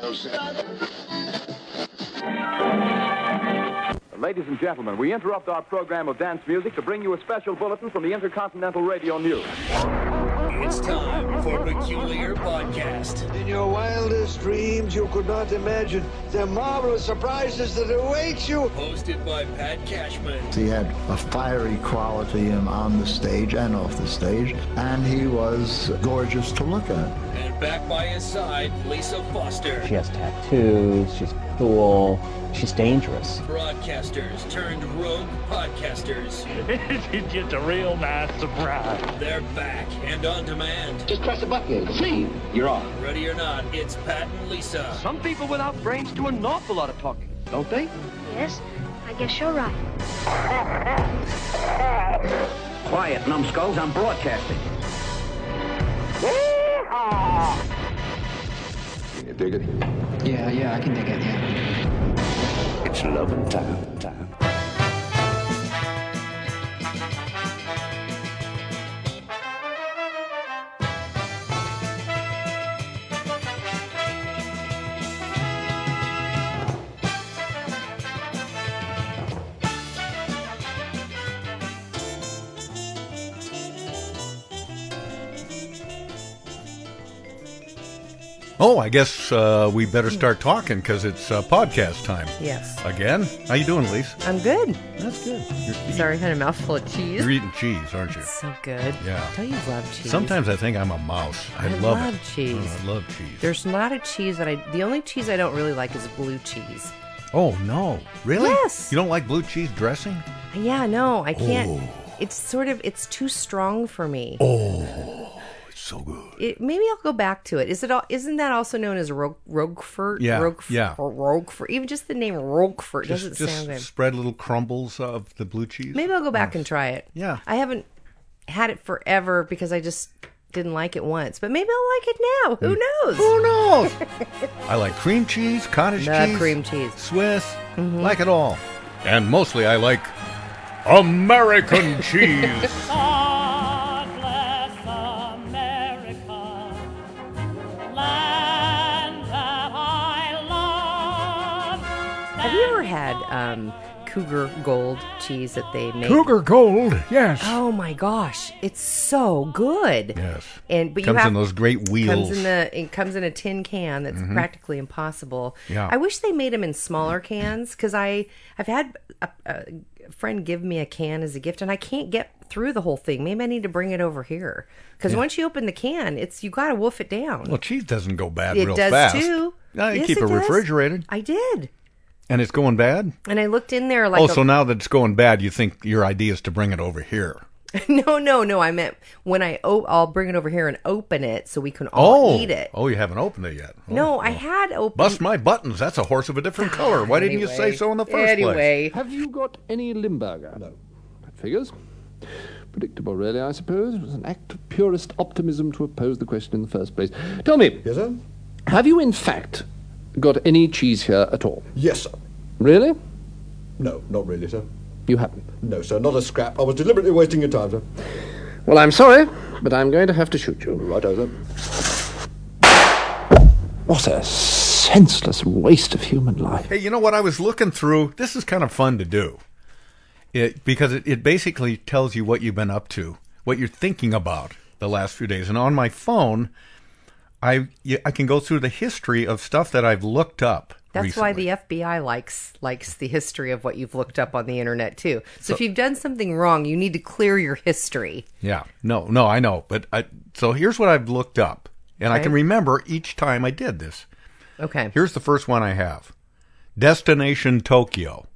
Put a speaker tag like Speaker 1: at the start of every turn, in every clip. Speaker 1: No sense.
Speaker 2: Ladies and gentlemen, we interrupt our program of dance music to bring you a special bulletin from the Intercontinental Radio News.
Speaker 3: It's time for Peculiar Podcast.
Speaker 4: In your wildest dreams, you could not imagine the marvelous surprises that await you.
Speaker 3: Hosted by Pat Cashman
Speaker 5: He had a fiery quality and on the stage and off the stage, and he was gorgeous to look at.
Speaker 3: and back by his side, Lisa Foster.
Speaker 6: She has tattoos. She's cool. She's dangerous.
Speaker 3: Broadcasters turned rogue podcasters.
Speaker 7: it's just a real nice surprise.
Speaker 3: They're back and on demand.
Speaker 8: Just press a button. See, you're on.
Speaker 3: Ready or not, it's Pat and Lisa.
Speaker 9: Some people without brains do an awful lot of talking, don't they?
Speaker 10: Yes, I guess you're right.
Speaker 8: Quiet, numbskulls. I'm broadcasting.
Speaker 1: Can you dig it?
Speaker 9: Yeah, yeah, I can dig it, yeah.
Speaker 8: It's love and time. time.
Speaker 11: Oh, I guess uh, we better start talking because it's uh, podcast time
Speaker 12: Yes.
Speaker 11: again. How you doing, Lise?
Speaker 12: I'm good.
Speaker 11: That's good. You're,
Speaker 12: Sorry, I had a mouthful of cheese.
Speaker 11: you're eating cheese, aren't you?
Speaker 12: So good.
Speaker 11: Yeah.
Speaker 12: Don't you love cheese?
Speaker 11: Sometimes I think I'm a mouse. I,
Speaker 12: I
Speaker 11: love,
Speaker 12: love
Speaker 11: it.
Speaker 12: cheese.
Speaker 11: Oh, I love cheese.
Speaker 12: There's not a cheese that I. The only cheese I don't really like is blue cheese.
Speaker 11: oh no, really?
Speaker 12: Yes.
Speaker 11: You don't like blue cheese dressing?
Speaker 12: Yeah, no, I can't.
Speaker 11: Oh.
Speaker 12: It's sort of. It's too strong for me.
Speaker 11: It's so good.
Speaker 12: It, maybe I'll go back to it. Is it all? Isn't that also known as ro- Roquefort?
Speaker 11: Yeah,
Speaker 12: Roquefort,
Speaker 11: yeah.
Speaker 12: Or Roquefort. Even just the name Roquefort
Speaker 11: Just,
Speaker 12: doesn't
Speaker 11: just
Speaker 12: sound good.
Speaker 11: spread little crumbles of the blue cheese.
Speaker 12: Maybe I'll go back and try it.
Speaker 11: Oh. Yeah.
Speaker 12: I haven't had it forever because I just didn't like it once, but maybe I'll like it now.
Speaker 11: Mm.
Speaker 12: Who knows?
Speaker 11: Who knows? I like cream cheese, cottage
Speaker 12: Love
Speaker 11: cheese,
Speaker 12: cream Mm-hmm. cheese.
Speaker 11: Swiss, like it all. And mostly I like American cheese.
Speaker 7: God bless America, land that I love.
Speaker 12: Have you ever had um, Cougar Gold cheese that they make?
Speaker 11: Cougar Gold, yes.
Speaker 12: Oh my gosh, it's so good.
Speaker 11: Yes.
Speaker 12: And but you
Speaker 11: comes
Speaker 12: have
Speaker 11: in those great wheels. Mm-hmm.
Speaker 12: comes in the it comes in a tin can that's practically impossible.
Speaker 11: Yeah.
Speaker 12: I wish they made them in smaller cans because I I've had a, a friend give me a can as a gift and I can't get through the whole thing. Maybe I need to bring it over here because once you open the can, it's you got to wolf it down.
Speaker 11: well, cheese doesn't go bad
Speaker 12: it
Speaker 11: real
Speaker 12: does
Speaker 11: fast.
Speaker 12: too.
Speaker 11: No, you
Speaker 12: Yes,
Speaker 11: keep it,
Speaker 12: does.
Speaker 11: refrigerated,
Speaker 12: I did,
Speaker 11: and it's going bad.
Speaker 12: and I looked in there like
Speaker 11: oh,
Speaker 12: a-
Speaker 11: so now that it's going bad, you think your idea is to bring it over here?
Speaker 12: No, no, no. I meant when I o- I'll bring it over here and open it so we can all
Speaker 11: oh,
Speaker 12: eat it.
Speaker 11: oh, you haven't opened it yet. Oh,
Speaker 12: no,
Speaker 11: well.
Speaker 12: I had opened.
Speaker 11: Bust my buttons. That's a horse of a different color. Why didn't you say
Speaker 12: Anyway.
Speaker 11: so in the first place?
Speaker 12: Anyway,
Speaker 1: Have you got any Limburger? No. That figures. Predictable, really, I suppose. It was an act of purest optimism to oppose the question in the first place. Tell me,
Speaker 5: Yes, sir?
Speaker 1: have you in fact got any cheese here at all?
Speaker 5: Yes, sir.
Speaker 1: Really?
Speaker 5: No, not really, sir.
Speaker 1: You haven't.
Speaker 5: No, sir, not a scrap. I was deliberately wasting your time, sir.
Speaker 1: Well, I'm sorry, but I'm going to have to shoot you.
Speaker 5: Right over.
Speaker 1: What a senseless waste of human life.
Speaker 11: Hey, you know what I was looking through? This is kind of fun to do. It because it, it basically tells you what you've been up to, what you're thinking about the last few days. And on my phone, I you- I can go through the history of stuff that I've looked up.
Speaker 12: that's why
Speaker 11: recently.
Speaker 12: the FBI likes likes the history of what you've looked up on the internet too. So, if you've done something wrong, you need to clear your history.
Speaker 11: Yeah. No, no, I know, but I so here's what I've looked up. And I
Speaker 12: Okay.
Speaker 11: can remember each time I did this.
Speaker 12: Okay.
Speaker 11: Here's the first one I have. Destination Tokyo.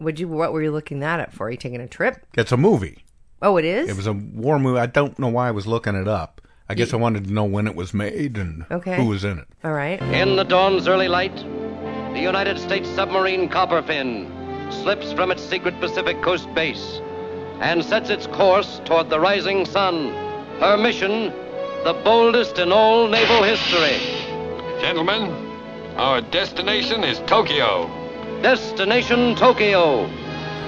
Speaker 12: Would you? What were you looking that up for? Are you taking a trip?
Speaker 11: It's a movie.
Speaker 12: Oh, it is.
Speaker 11: It was a war movie. I don't know why I was looking it up. I guess I wanted to know when it was made and
Speaker 12: Okay.
Speaker 11: who was in it.
Speaker 12: All right.
Speaker 8: In the dawn's early light, the United States submarine Copperfin slips from its secret Pacific coast base and sets its course toward the rising sun. Her mission, the boldest in all naval history.
Speaker 7: Gentlemen, our destination is Tokyo.
Speaker 8: Destination Tokyo.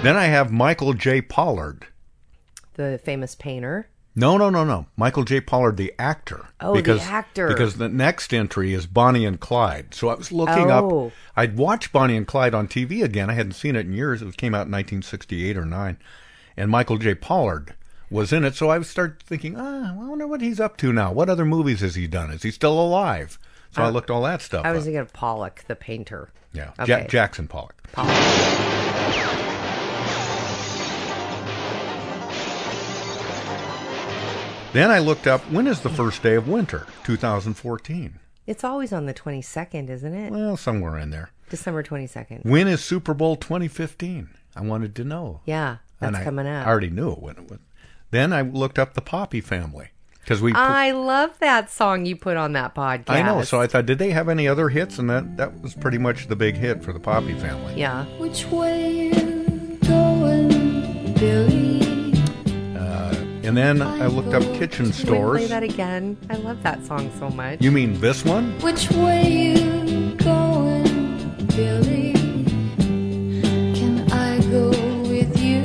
Speaker 11: Then I have Michael J. Pollard.
Speaker 12: The famous painter.
Speaker 11: No, no, no, no. Michael J. Pollard, the actor.
Speaker 12: Oh, the actor.
Speaker 11: Because the next entry is Bonnie and Clyde. So I was looking
Speaker 12: Oh.
Speaker 11: up. I'd watched Bonnie and Clyde on TV again. I hadn't seen it in years. It came out in 1968 or 9. And Michael J. Pollard was in it. So I started thinking, ah, I wonder what he's up to now. What other movies has he done? Is he still alive? So I,
Speaker 12: I-
Speaker 11: looked all that stuff
Speaker 12: Uh, I
Speaker 11: up.
Speaker 12: was thinking of Pollock, the painter.
Speaker 11: Yeah, Ja-
Speaker 12: Okay.
Speaker 11: Jackson Pollock. Then I looked up when is the first day of winter, 2014.
Speaker 12: It's always on the 22nd, isn't it?
Speaker 11: Well, somewhere in there.
Speaker 12: December 22nd.
Speaker 11: When is Super Bowl 2015? I wanted to know.
Speaker 12: Yeah,
Speaker 11: And
Speaker 12: that's
Speaker 11: I-
Speaker 12: coming up.
Speaker 11: I already knew it when it was. Then I looked up the Poppy family because we.
Speaker 12: I love that song you put on that podcast.
Speaker 11: I know, so I thought, did they have any other hits? And that that was pretty much the big hit for the Poppy family.
Speaker 12: Yeah.
Speaker 10: Which way you going, Billy?
Speaker 11: Uh, and then I looked up kitchen
Speaker 12: Can we play
Speaker 11: stores.
Speaker 12: that again? I love that song so much.
Speaker 11: You mean this one?
Speaker 10: Which way you going, Billy? Can I go with you?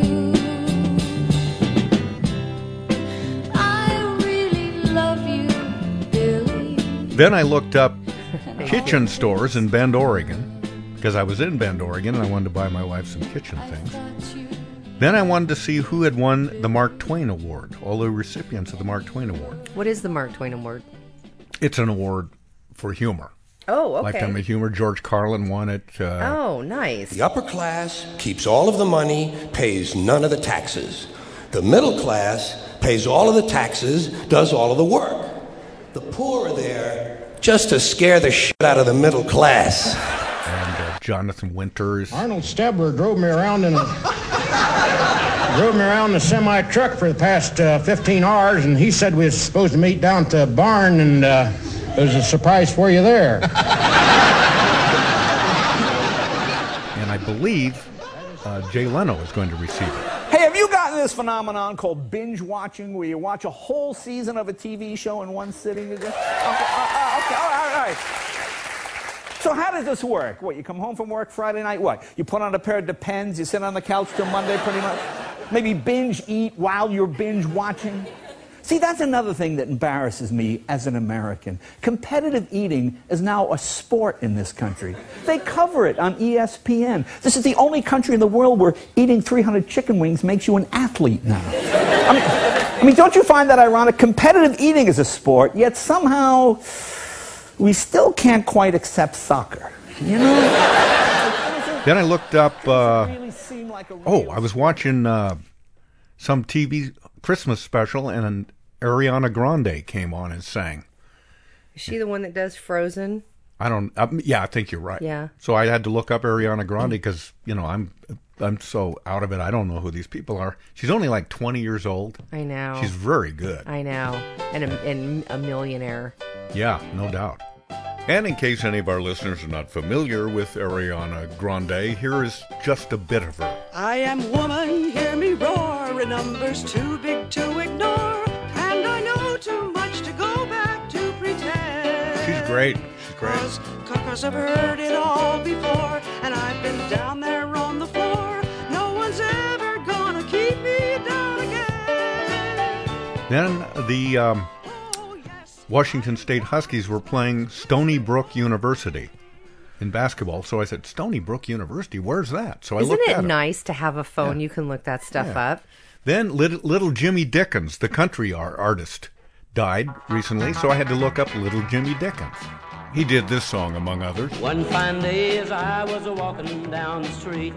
Speaker 10: I really love you, Billy.
Speaker 11: Then I looked up kitchen stores in Bend, Oregon, because I was in Bend, Oregon, and I wanted to buy my wife some kitchen things. Then I wanted to see who had won the Mark Twain Award, all the recipients of the Mark Twain Award.
Speaker 12: What is the Mark Twain Award?
Speaker 11: It's an award for humor.
Speaker 12: Oh, okay.
Speaker 11: Lifetime of Humor. George Carlin won it. Uh,
Speaker 12: oh, nice.
Speaker 13: The upper class keeps all of the money, pays none of the taxes. The middle class pays all of the taxes, does all of the work. The poor are there just to scare the shit out of the middle class.
Speaker 11: And uh, Jonathan Winters.
Speaker 14: Arnold Stabler drove me around in a drove me around in a semi truck for the past uh, 15 hours, and he said we were supposed to meet down at the barn, and uh, there's a surprise for you there.
Speaker 11: And I believe uh, Jay Leno is going to receive it.
Speaker 6: Hey, have you gotten this phenomenon called binge watching, where you watch a whole season of a TV show in one sitting? You just- Okay, uh, uh, okay, all right, all right. So how does this work? What, you come home from work Friday night, what? You put on a pair of Depends, you sit on the couch till Monday pretty much? Maybe binge eat while you're binge watching? See, that's another thing that embarrasses me as an American. Competitive eating is now a sport in this country. They cover it on E ESPN. This is the only country in the world where eating 300 chicken wings makes you an athlete now. I mean, I mean don't you find that ironic? Competitive eating is a sport, yet somehow we still can't quite accept soccer. You know?
Speaker 11: Then I looked up. Uh, oh, I was watching uh, some TV Christmas special, and Ariana Grande came on and sang.
Speaker 12: Is she the one that does Frozen?
Speaker 11: I don't. I, yeah, I think you're right.
Speaker 12: Yeah.
Speaker 11: So I had to look up Ariana Grande because you know I'm I'm so out of it. I don't know who these people are. She's only like 20 years old.
Speaker 12: I know.
Speaker 11: She's very good.
Speaker 12: I know. And a, and a millionaire.
Speaker 11: Yeah, no doubt. And in case any of our listeners are not familiar with Ariana Grande, here is just a bit of her.
Speaker 15: I am woman, hear me roar, a number's too big to ignore, and I know too much to go back to pretend.
Speaker 11: She's great. She's great.
Speaker 15: Cause I've heard it all before, and I've been down there on the floor. No one's ever gonna keep me down again.
Speaker 11: Then the um, Washington State Huskies were playing Stony Brook University in basketball. So I said, Stony Brook University, where's that? So I
Speaker 12: Isn't
Speaker 11: looked
Speaker 12: it
Speaker 11: at it.
Speaker 12: nice to have a phone you can look that stuff
Speaker 11: Yeah.
Speaker 12: up?
Speaker 11: Then little, little Jimmy Dickens, the country ar- artist, died recently, so I had to look up Little Jimmy Dickens. He did this song, among others.
Speaker 3: One fine day as I was a walking down the street,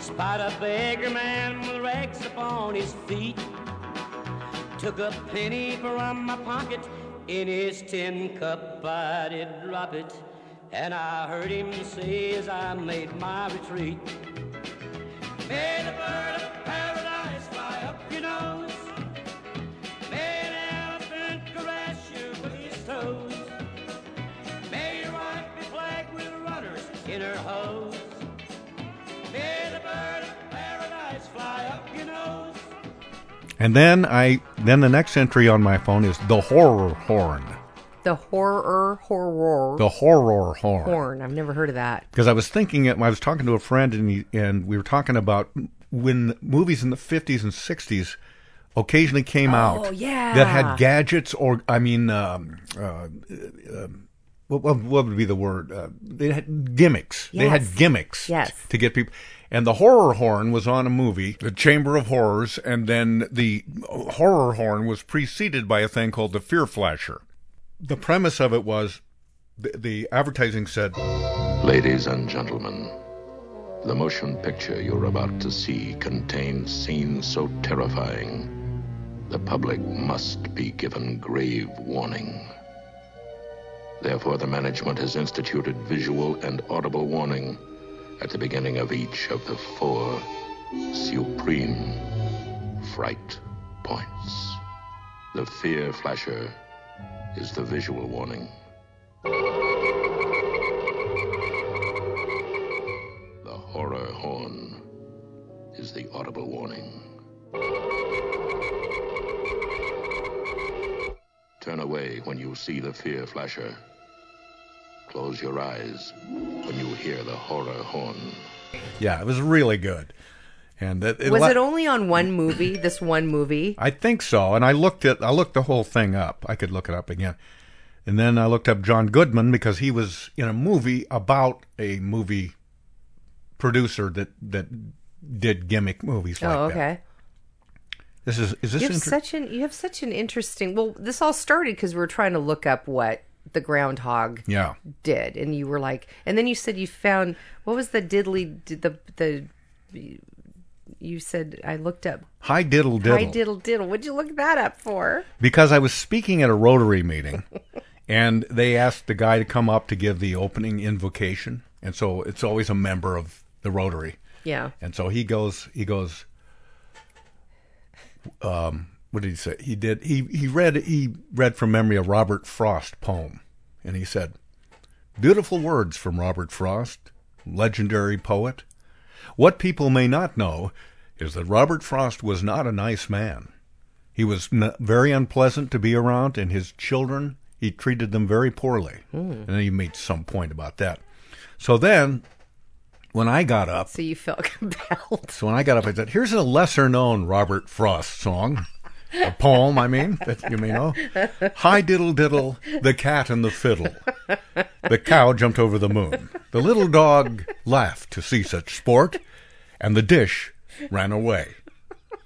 Speaker 3: spied a beggar man with rags upon his feet. Took a penny from my pocket, in his tin cup I did drop it, and I heard him say as I made my retreat. May the bird of paradise fly up your nose. May an elephant caress you with his toes. May your wife be flagged with runners in her hose. May the bird of paradise fly up your nose.
Speaker 11: And then I then the next entry on my phone is the horror horn.
Speaker 12: The horror horror.
Speaker 11: The horror horn.
Speaker 12: horn. I've never heard of that.
Speaker 11: because I was thinking it. I was talking to a friend, and he, and we were talking about when movies in the fifties and sixties occasionally came
Speaker 12: Oh,
Speaker 11: out
Speaker 12: yeah.
Speaker 11: that had gadgets or I mean, um, uh, um, what, what what would be the word? Uh, they had gimmicks. They
Speaker 12: Yes.
Speaker 11: had gimmicks
Speaker 12: Yes.
Speaker 11: to get people. And the horror horn was on a movie, The Chamber of Horrors, and then the horror horn was preceded by a thing called the Fear Flasher. The premise of it was the, the advertising said,
Speaker 8: Ladies and gentlemen, the motion picture you're about to see contains scenes so terrifying, the public must be given grave warning. Therefore, the management has instituted visual and audible warning at the beginning of each of the four supreme fright points. The fear flasher is the visual warning. The horror horn is the audible warning. Turn away when you see the fear flasher. Close your eyes when you hear the horror horn.
Speaker 11: yeah, it was really good. And that,
Speaker 12: was
Speaker 11: la-
Speaker 12: it only on one movie? This one movie?
Speaker 11: I think so. And I looked at I looked the whole thing up. I could look it up again. And then I looked up John Goodman because he was in a movie about a movie producer that that did gimmick movies like
Speaker 12: oh,
Speaker 11: that.
Speaker 12: okay.
Speaker 11: This is is this
Speaker 12: You have
Speaker 11: inter-
Speaker 12: such an you have such an interesting. Well, this all started because we were trying to look up what the groundhog
Speaker 11: Yeah.
Speaker 12: did, and you were like, and then you said you found what was the diddly did the the. You said I looked up
Speaker 11: Hi diddle diddle.
Speaker 12: Hi diddle diddle. What'd you look that up for?
Speaker 11: because I was speaking at a Rotary meeting, and they asked the guy to come up to give the opening invocation, and so it's always a member of the Rotary.
Speaker 12: Yeah.
Speaker 11: And so he goes, he goes. Um, what did he say? He did. He he read he read from memory a Robert Frost poem, and he said, "Beautiful words from Robert Frost, legendary poet. What people may not know is that Robert Frost was not a nice man. He was n- very unpleasant to be around, and his children, he treated them very poorly. And then he made some point about that. So then, when I got up,
Speaker 12: So you felt compelled. so
Speaker 11: when I got up, I said, "Here's a lesser-known Robert Frost song." A poem, I mean, that you may know. Hi diddle diddle, the cat and the fiddle. The cow jumped over the moon. The little dog laughed to see such sport, and the dish ran away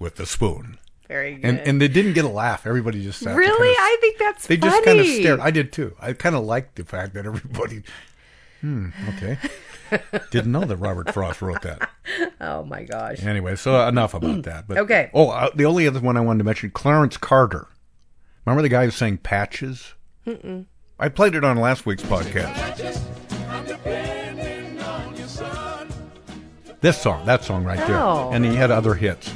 Speaker 11: with the spoon.
Speaker 12: Very good.
Speaker 11: And and they didn't get a laugh. Everybody just sat there
Speaker 12: really,
Speaker 11: kinda
Speaker 12: I think that's
Speaker 11: they
Speaker 12: funny.
Speaker 11: just kind of stared. I did too. I kind of liked the fact that everybody. Hmm. Okay. Didn't know that Robert Frost wrote that.
Speaker 12: oh my gosh.
Speaker 11: Anyway, so enough about that. But
Speaker 12: Mm-hmm. Okay.
Speaker 11: Oh, uh, the only other one I wanted to mention, Clarence Carter. Remember the guy who sang "Patches"?
Speaker 10: Mm-mm.
Speaker 11: I played it on last week's podcast. This song, that song right there,
Speaker 10: Oh.
Speaker 11: and he had other hits.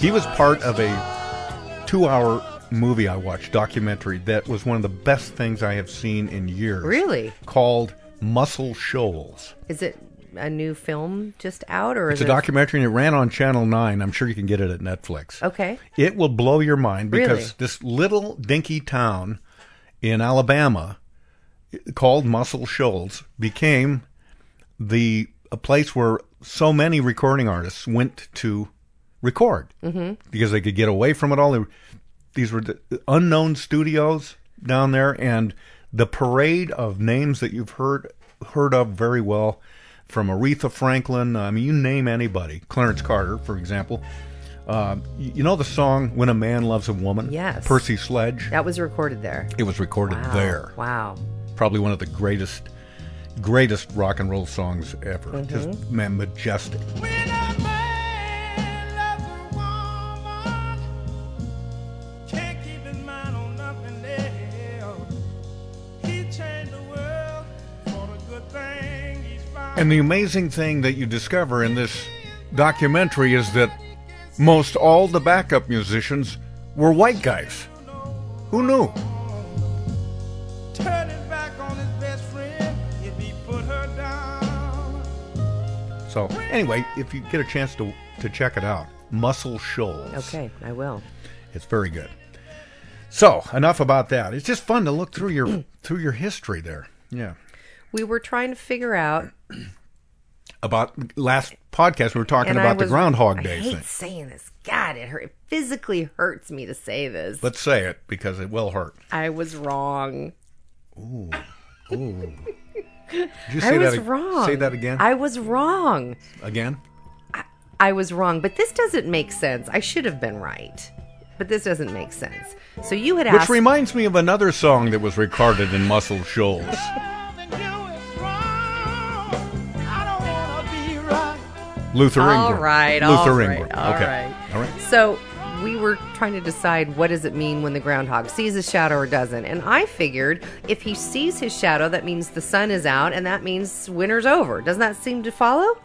Speaker 11: He was part of a two-hour movie I watched documentary that was one of the best things I have seen in years.
Speaker 12: Really?
Speaker 11: Called Muscle Shoals.
Speaker 12: Is it a new film just out or
Speaker 11: It's
Speaker 12: is
Speaker 11: a
Speaker 12: it
Speaker 11: documentary and it ran on Channel 9. I'm sure you can get it at Netflix.
Speaker 12: Okay.
Speaker 11: It will blow your mind because
Speaker 12: Really?
Speaker 11: this little dinky town in Alabama called Muscle Shoals became the a place where so many recording artists went to record
Speaker 12: Mm-hmm.
Speaker 10: Mhm.
Speaker 11: because they could get away from it all. They were- These were the unknown studios down there, and the parade of names that you've heard heard of very well, from Aretha Franklin. I mean, you name anybody, Clarence Carter, for example. Uh, you you know the song "When a Man Loves a Woman."
Speaker 12: Yes.
Speaker 11: Percy Sledge.
Speaker 12: That was recorded there.
Speaker 11: It was recorded
Speaker 12: Wow.
Speaker 11: there.
Speaker 12: Wow.
Speaker 11: Probably one of the greatest, greatest rock and roll songs ever.
Speaker 12: Mm-hmm.
Speaker 11: Just man, majestic.
Speaker 10: Can't keep his mind on nothing else. He changed the world for the good thing he's found.
Speaker 11: And the amazing thing that you discover in this documentary is that most all the backup musicians were white guys. Who knew?
Speaker 10: Turn his back on his best friend if he put her down.
Speaker 11: So anyway, if you get a chance to to check it out, Muscle Shoals.
Speaker 12: Okay, I will.
Speaker 11: It's very good. So enough about that. It's just fun to look through your through your history there. Yeah.
Speaker 12: We were trying to figure out
Speaker 11: About last podcast, we were talking
Speaker 12: And I
Speaker 11: about the
Speaker 12: was-
Speaker 11: Groundhog Day
Speaker 12: I hate
Speaker 11: thing.
Speaker 12: saying this. God, it hurt. It physically hurts me to say this.
Speaker 11: Let's say it because it will hurt.
Speaker 12: I was wrong.
Speaker 11: Ooh. Ooh. Did you
Speaker 12: I
Speaker 11: say
Speaker 12: was
Speaker 11: that, ag-
Speaker 12: wrong.
Speaker 11: Say that again.
Speaker 12: I was wrong.
Speaker 11: Again?
Speaker 12: I was wrong, but this doesn't make sense. I should have been right, but this doesn't make sense. So you had
Speaker 11: Which
Speaker 12: asked.
Speaker 11: reminds me of another song that was recorded in Muscle Shoals. Luther
Speaker 12: All
Speaker 11: Ingram.
Speaker 12: right, all
Speaker 11: Luther
Speaker 12: right,
Speaker 11: Ingram.
Speaker 12: all
Speaker 11: okay.
Speaker 12: right.
Speaker 11: All right.
Speaker 12: so we were trying to decide what does it mean when the groundhog sees a shadow or doesn't, and I figured if he sees his shadow, that means the sun is out, and that means winter's over. Doesn't that seem to follow?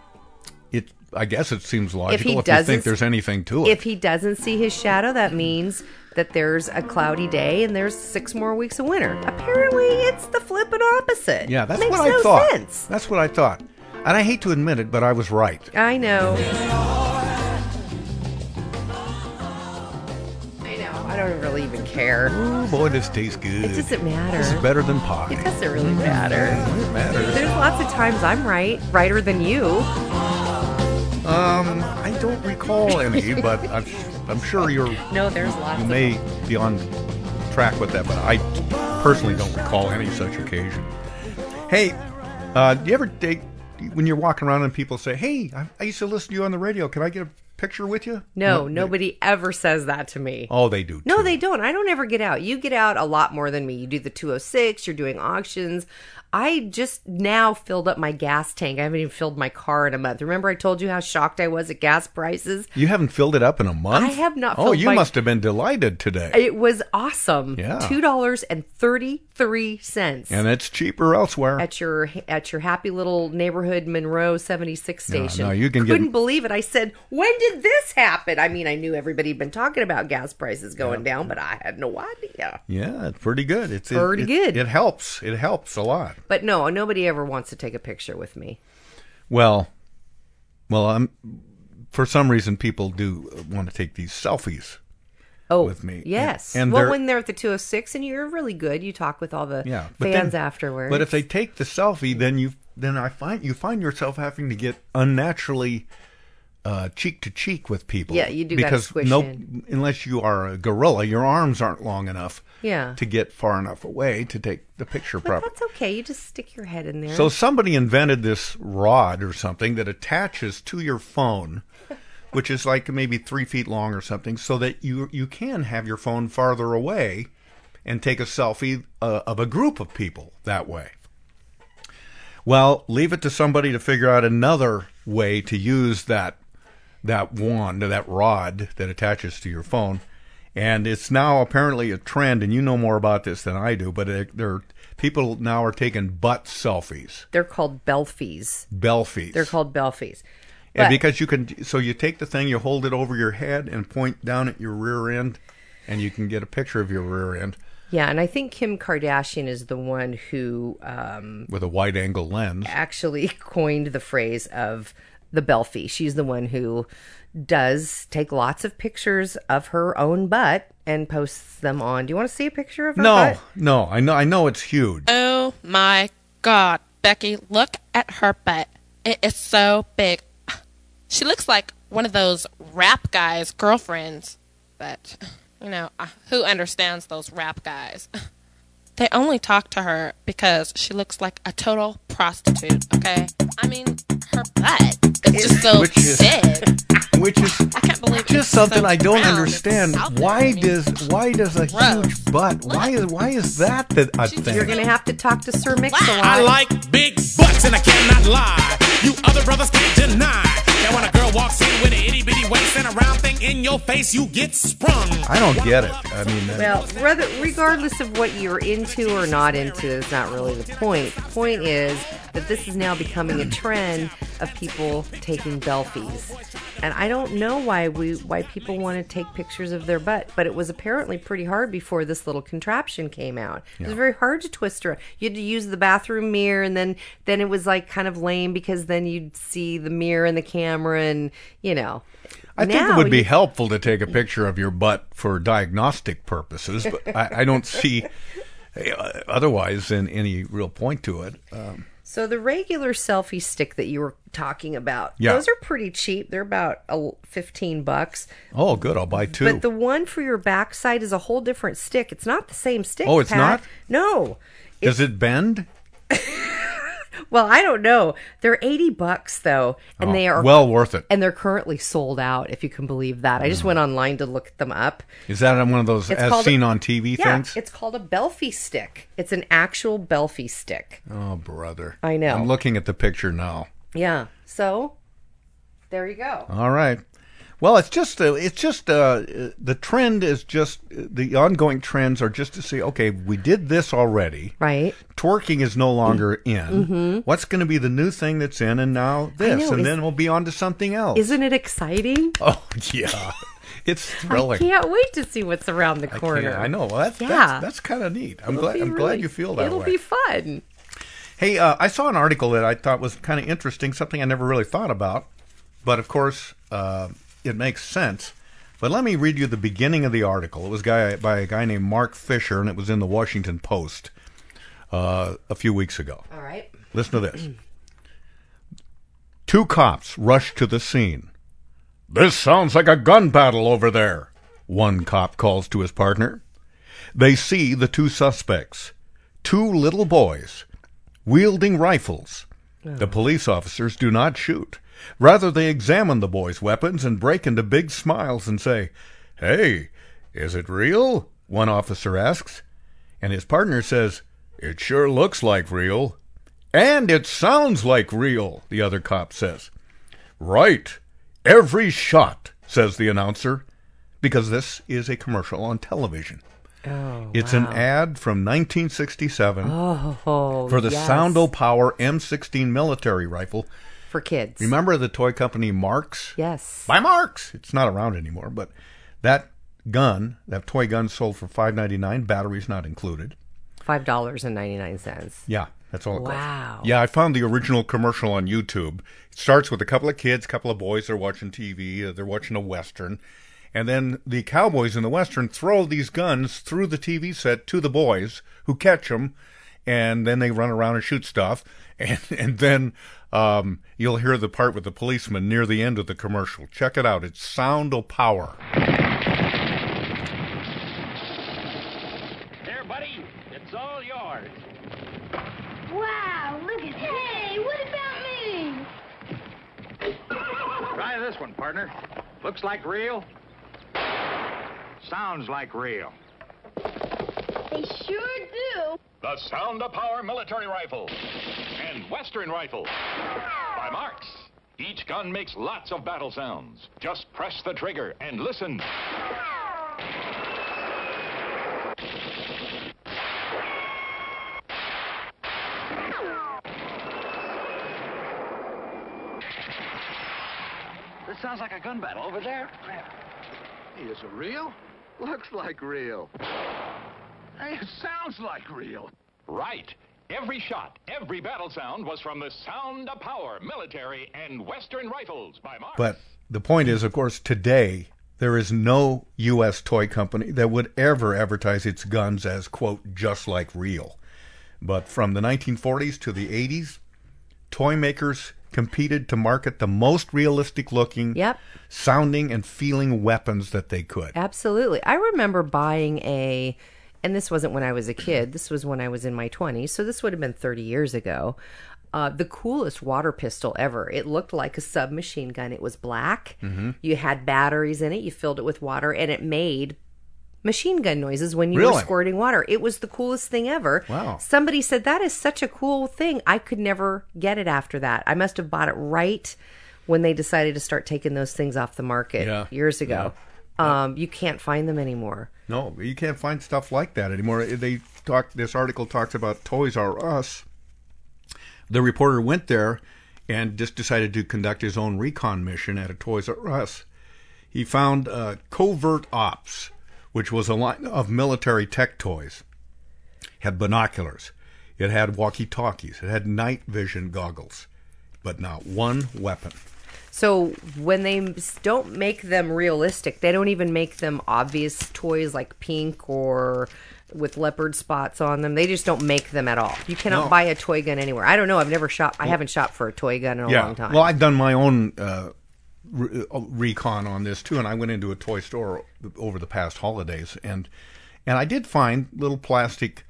Speaker 11: It. I guess it seems logical if, you
Speaker 12: doesn't
Speaker 11: think
Speaker 12: s-
Speaker 11: there's anything to it.
Speaker 12: If he doesn't see his shadow, that means that there's a cloudy day and there's six more weeks of winter. Apparently, it's the flippin' opposite.
Speaker 11: yeah, that's
Speaker 12: Makes
Speaker 11: what I
Speaker 12: no
Speaker 11: thought.
Speaker 12: Sense.
Speaker 11: That's what I thought. And I hate to admit it, but I was right.
Speaker 12: I know. I know. I don't really even care.
Speaker 11: Oh boy, this tastes good.
Speaker 12: It doesn't matter.
Speaker 11: This is better than pie.
Speaker 12: It doesn't really matter.
Speaker 11: It
Speaker 12: There's
Speaker 11: matters.
Speaker 12: lots of times I'm right, righter than you.
Speaker 11: Um, I don't recall any, but I'm, I'm sure you're.
Speaker 12: No, there's lots
Speaker 11: You
Speaker 12: of
Speaker 11: may be on track with that, but I personally don't recall any such occasion. Hey, uh, do you ever take when you're walking around and people say, "Hey, I, I used to listen to you on the radio. Can I get a picture with you?"
Speaker 12: No, nobody ever says that to me.
Speaker 11: Oh, they do.
Speaker 12: No, they don't. I don't ever get out. You get out a lot more than me. You do the 206, you're doing auctions. I just now filled up my gas tank. I haven't even filled my car in a month. Remember, I told you how shocked I was at gas prices?
Speaker 11: You haven't filled it up in a month.
Speaker 12: I have not
Speaker 11: Oh,
Speaker 12: filled
Speaker 11: you
Speaker 12: my-
Speaker 11: must have been delighted today.
Speaker 12: It was awesome.
Speaker 11: Yeah.
Speaker 12: $2.33
Speaker 11: and it's cheaper elsewhere.
Speaker 12: at your at your happy little neighborhood Monroe 76
Speaker 11: No,
Speaker 12: station.
Speaker 11: no, you can get-
Speaker 12: Couldn't believe it. I said, "When did this happen?" I mean, I knew everybody had been talking about gas prices going down, but I had no idea.
Speaker 11: Yeah, it's pretty good. It's it-
Speaker 12: Pretty
Speaker 11: it,
Speaker 12: good.
Speaker 11: It helps. It helps a lot.
Speaker 12: But no, nobody ever wants to take a picture with me.
Speaker 11: Well, well, I'm for some reason people do want to take these selfies.
Speaker 12: Oh,
Speaker 11: with me.
Speaker 12: Yes.
Speaker 11: and, and
Speaker 12: well,
Speaker 11: they're-
Speaker 12: when they're at the 206 and you're really good, you talk with all the
Speaker 11: yeah, but
Speaker 12: fans
Speaker 11: then-
Speaker 12: afterwards.
Speaker 11: But if they take the selfie, then you then I find you find yourself having to get unnaturally uh, cheek to cheek with people.
Speaker 12: Yeah, you do gotta
Speaker 11: because
Speaker 12: squish
Speaker 11: no,
Speaker 12: in.
Speaker 11: unless you are a gorilla, your arms aren't long enough.
Speaker 12: Yeah.
Speaker 11: to get far enough away to take the picture properly.
Speaker 12: That's okay. You just stick your head in there.
Speaker 11: So somebody invented this rod or something that attaches to your phone, which is like maybe three feet long or something, so that you you can have your phone farther away and take a selfie uh, of a group of people that way. Well, leave it to somebody to figure out another way to use that that wand, that rod that attaches to your phone. And it's now apparently a trend, and you know more about this than I do. But it, there, people now are taking butt selfies,
Speaker 12: they're called belfies.
Speaker 11: belfies,
Speaker 12: They're called belfies.
Speaker 11: and
Speaker 12: But-
Speaker 11: because you can. So you take the thing, you hold it over your head, and point down at your rear end, and you can get a picture of your rear end
Speaker 12: yeah, and I think Kim Kardashian is the one who um,
Speaker 11: with a wide-angle lens.
Speaker 12: actually coined the phrase of the belfie. She's the one who does take lots of pictures of her own butt and posts them on. Do you want to see a picture of her
Speaker 11: No,
Speaker 12: butt?
Speaker 11: no, I know, I know it's huge.
Speaker 16: Oh my god, Becky, look at her butt. It is so big. She looks like one of those rap guys' girlfriends, but you know, uh, who understands those rap guys? They only talk to her because she looks like a total prostitute, okay? I mean, her butt is just so
Speaker 11: Which is-
Speaker 16: big.
Speaker 11: which is just something I don't understand. Why does why does a huge butt? Why is why is that the a thing?
Speaker 12: You're going to have to talk to Sir Mix a lot.
Speaker 17: I like big butts and I cannot lie. You other brothers can't deny that when a girl walks in with an itty bitty waist and a round thing in your face, you get sprung.
Speaker 11: I don't get it. I mean, that-
Speaker 12: Well, rather, regardless of what you're into or not into, is not really the point. The point is that this is now becoming a trend of people taking belfies, and I don't know why we why people want to take pictures of their butt, but it was apparently pretty hard before this little contraption came out. It was very hard to twist around. You had to use the bathroom mirror, and then then it was like kind of lame because then you'd see the mirror and the camera, and you know.
Speaker 11: I think it
Speaker 12: Now
Speaker 11: would be
Speaker 12: you-
Speaker 11: helpful to take a picture of your butt for diagnostic purposes, but I, I don't see uh, otherwise in any real point to it. Um,
Speaker 12: So the regular selfie stick that you were talking about,
Speaker 11: Yeah.
Speaker 12: those are pretty cheap. They're about uh, fifteen bucks.
Speaker 11: Oh, good. I'll buy two.
Speaker 12: But the one for your backside is a whole different stick. It's not the same stick.
Speaker 11: Oh, it's
Speaker 12: Pat.
Speaker 11: not?
Speaker 12: No.
Speaker 11: Does it bend?
Speaker 12: Well, I don't know. They're eighty bucks though, and
Speaker 11: Oh,
Speaker 12: they are
Speaker 11: well worth it.
Speaker 12: And they're currently sold out, if you can believe that. I just went online to look them up.
Speaker 11: Is that on one of those
Speaker 12: It's
Speaker 11: as
Speaker 12: called-
Speaker 11: seen on TV
Speaker 12: yeah,
Speaker 11: things?
Speaker 12: it's called a belfie stick. It's an actual belfie stick.
Speaker 11: Oh, brother.
Speaker 12: I know.
Speaker 11: I'm looking at the picture now.
Speaker 12: Yeah. So there you go.
Speaker 11: All right. Well, it's just uh, it's just uh, the trend is just uh, the ongoing trends are just to say, okay, we did this already.
Speaker 12: Right.
Speaker 11: Twerking is no longer in.
Speaker 12: Mhm.
Speaker 11: What's going to be the new thing that's in, and now this,
Speaker 12: know,
Speaker 11: and
Speaker 12: is-
Speaker 11: then we'll be on to something else.
Speaker 12: Isn't it exciting?
Speaker 11: Oh yeah, it's
Speaker 12: I
Speaker 11: thrilling.
Speaker 12: can't wait to see what's around the corner.
Speaker 11: I know. Well, that's,
Speaker 12: Yeah.
Speaker 11: that's, that's kind of neat. I'm
Speaker 12: It'll
Speaker 11: glad.
Speaker 12: be
Speaker 11: I'm
Speaker 12: really-
Speaker 11: glad you feel that
Speaker 12: It'll
Speaker 11: way.
Speaker 12: be fun.
Speaker 11: Hey, uh, I saw an article that I thought was kind of interesting, something I never really thought about, but of course uh, it makes sense. But let me read you the beginning of the article. It was guy by a guy named Mark Fisher, and it was in the Washington Post uh, a few weeks ago.
Speaker 12: All right.
Speaker 11: Listen to this. Two cops rush to the scene. This sounds like a gun battle over there, one cop calls to his partner. They see the two suspects, two little boys, wielding rifles. The police officers do not shoot. Rather, they examine the boys' weapons and break into big smiles and say, Hey, is it real? One officer asks. And his partner says, It sure looks like real. And it sounds like real, the other cop says. Right. Every shot, says the announcer, because this is a commercial on television.
Speaker 12: Oh,
Speaker 11: It's an ad from 1967
Speaker 12: Oh,
Speaker 11: for the
Speaker 12: yes.
Speaker 11: Soundo Power M16 military rifle.
Speaker 12: for kids.
Speaker 11: Remember the toy company Marks?
Speaker 12: Yes.
Speaker 11: By Marks. It's not around anymore, but that gun, that toy gun sold for 5.99, batteries not included.
Speaker 12: Five dollars and ninety nine cents.
Speaker 11: Yeah, that's all it costs.
Speaker 12: Wow.
Speaker 11: Yeah, I found the original commercial on YouTube. It starts with a couple of kids, couple of boys. They're watching TV. uh, They're watching a western, and then the cowboys in the western throw these guns through the TV set to the boys, who catch them, and then they run around and shoot stuff. And and then um, you'll hear the part with the policeman near the end of the commercial. Check it out. It's Sound O Power.
Speaker 1: There, buddy. It's all yours.
Speaker 18: Wow, look at Hey, what about me?
Speaker 1: Try this one, partner. Looks like real. Sounds like real.
Speaker 18: They sure do.
Speaker 1: The Sound of Power military rifle and Western rifle by Marks. Each gun makes lots of battle sounds. Just press the trigger and listen.
Speaker 19: This sounds like a gun battle over there. Is it real? Looks like real. Hey, it sounds like real.
Speaker 1: Right. Every shot, every battle sound was from the Sound of Power military and Western rifles by Marks.
Speaker 11: But the point is, of course, today there is no U.S. toy company that would ever advertise its guns as, quote, just like real. But from the 1940s to the 80s, toy makers competed to market the most realistic looking,
Speaker 12: Yep.
Speaker 11: sounding, and feeling weapons that they could.
Speaker 12: Absolutely. I remember buying a, and this wasn't when I was a kid. This was when I was in my 20s. So this would have been 30 years ago. Uh, the coolest water pistol ever. It looked like a submachine gun. It was black.
Speaker 11: Mm-hmm.
Speaker 20: Mhm.
Speaker 12: You had batteries in it. You filled it with water, and it made machine gun noises when you were
Speaker 20: Really?
Speaker 12: squirting water. It was the coolest thing ever.
Speaker 20: Wow.
Speaker 12: Somebody said that is such a cool thing. I could never get it after that. I must have bought it right when they decided to start taking those things off the market
Speaker 11: Yeah.
Speaker 12: years ago. Um, you can't find them anymore.
Speaker 11: No, you can't find stuff like that anymore. They talk. This article talks about Toys R Us. The reporter went there and just decided to conduct his own recon mission at a Toys R Us. He found uh, covert ops, which was a line of military tech toys. Had binoculars. It had walkie-talkies. It had night vision goggles, but not one weapon.
Speaker 12: So when they m- don't make them realistic, they don't even make them obvious toys like pink or with leopard spots on them. They just don't make them at all. You cannot
Speaker 11: No.
Speaker 12: buy a toy gun anywhere. I don't know. I've never shot. I haven't shot for a toy gun in a
Speaker 11: yeah.
Speaker 12: long time.
Speaker 11: Well, I've done my own uh, re- uh, recon on this too, and I went into a toy store over the past holidays, and and I did find little plastic,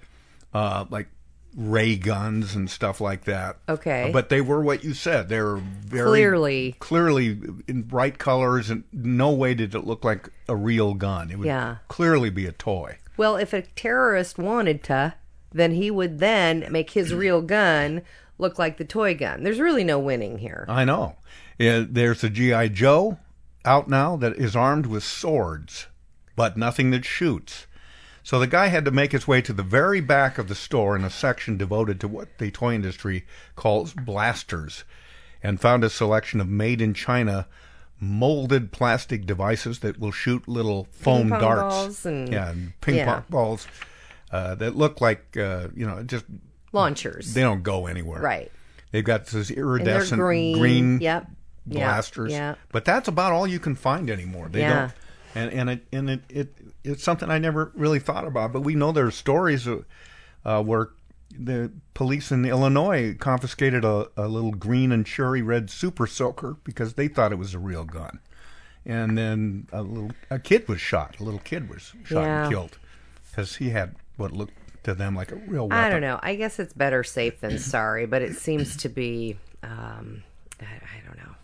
Speaker 11: uh, like ray guns and stuff like that.
Speaker 12: Okay.
Speaker 11: but they were what you said. They were very
Speaker 12: Clearly.
Speaker 11: clearly in bright colors, and no way did it look like a real gun. It would
Speaker 12: Yeah.
Speaker 11: clearly be a toy.
Speaker 12: Well, if a terrorist wanted to, then he would then make his real gun look like the toy gun. There's really no winning here.
Speaker 11: I know. Uh, there's a GI Joe out now that is armed with swords, but nothing that shoots. So the guy had to make his way to the very back of the store in a section devoted to what the toy industry calls blasters, and found a selection of made in China molded plastic devices that will shoot little foam
Speaker 12: pong
Speaker 11: darts
Speaker 12: balls and-
Speaker 11: yeah, and ping
Speaker 12: yeah.
Speaker 11: pong balls uh, that look like uh, you know just
Speaker 12: Launchers.
Speaker 11: They don't go anywhere,
Speaker 12: Right.
Speaker 11: They've got those
Speaker 12: And they're
Speaker 11: iridescent
Speaker 12: green.
Speaker 11: green
Speaker 12: Yep. Yep.
Speaker 11: blasters.
Speaker 12: Yeah.
Speaker 11: But that's about all you can find anymore. They
Speaker 12: Yeah.
Speaker 11: don't and and it and it, it it's something I never really thought about, but we know there are stories uh, uh, where the police in Illinois confiscated a, a little green and cherry red super soaker because they thought it was a real gun. And then a little a kid was shot. A little kid was shot
Speaker 12: Yeah.
Speaker 11: and killed because he had what looked to them like a real weapon.
Speaker 12: I don't know. I guess it's better safe than sorry, but it seems to be. Um, I, I don't know.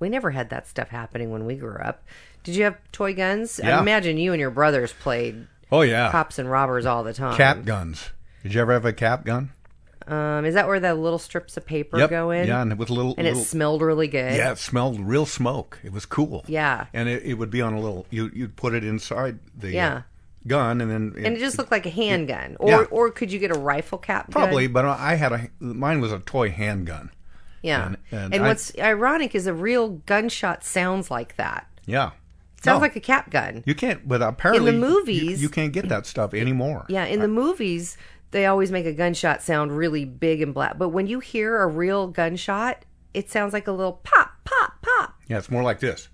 Speaker 12: We never had that stuff happening when we grew up. Did you have toy guns? I
Speaker 11: Yeah.
Speaker 12: imagine you and your brothers played.
Speaker 11: Oh, yeah.
Speaker 12: cops and robbers all the time.
Speaker 11: Cap guns. Did you ever have a cap gun?
Speaker 12: Um, is that where the little strips of paper
Speaker 11: Yep.
Speaker 12: go in?
Speaker 11: Yeah, and with little-
Speaker 12: and
Speaker 11: little-
Speaker 12: it smelled really good.
Speaker 11: Yeah, it smelled real smoke. It was cool.
Speaker 12: Yeah.
Speaker 11: and it, it would be on a little. You you'd put it inside the uh,
Speaker 12: Yeah.
Speaker 11: gun, and then
Speaker 12: and it just looked like a handgun, or
Speaker 11: Yeah.
Speaker 12: or could you get a rifle cap? gun?
Speaker 11: probably. But I had a mine was a toy handgun.
Speaker 12: Yeah.
Speaker 11: And-
Speaker 12: And,
Speaker 11: and I-
Speaker 12: what's ironic is a real gunshot sounds like that.
Speaker 11: Yeah,
Speaker 12: It sounds
Speaker 11: No.
Speaker 12: like a cap gun.
Speaker 11: you can't. But apparently, you-
Speaker 12: movies-
Speaker 11: you, can't get that stuff anymore.
Speaker 12: Yeah, in the movies, they always make a gunshot sound really big and black. But when you hear a real gunshot, it sounds like a little pop,
Speaker 11: Yeah, it's more like this.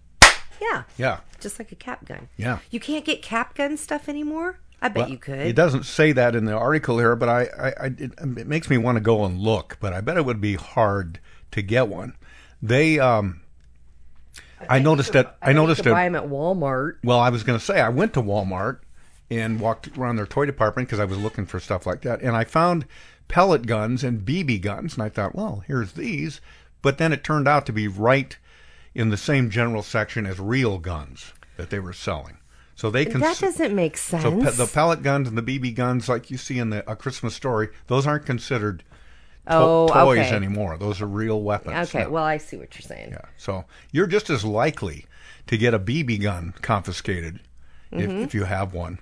Speaker 12: Yeah.
Speaker 11: Yeah,
Speaker 12: just like a cap gun.
Speaker 11: yeah.
Speaker 12: You can't get cap gun stuff anymore? I bet
Speaker 11: Well,
Speaker 12: you could.
Speaker 11: It doesn't say that in the article here, but I, I, I it, it makes me want to go and look. But I bet it would be hard to get one. They, um, I, noticed that. I,
Speaker 12: bet you
Speaker 11: noticed
Speaker 12: could
Speaker 11: it.
Speaker 12: buy 'em at Walmart.
Speaker 11: Well, I was going to say I went to Walmart and walked around their toy department because I was looking for stuff like that, and I found pellet guns and BB guns, and I thought, well, here's these. But then it turned out to be right in the same general section as real guns that they were selling. So they can
Speaker 12: that doesn't make sense.
Speaker 11: so pe- the pellet guns and the BB guns, like you see in the A Christmas Story, those aren't considered to-
Speaker 12: Oh,
Speaker 11: toys
Speaker 12: okay.
Speaker 11: anymore. Those are real weapons.
Speaker 12: okay,
Speaker 11: now.
Speaker 12: well, I see what you're saying.
Speaker 11: so you're just as likely to get a BB gun confiscated
Speaker 12: Mhm.
Speaker 11: if, if you have one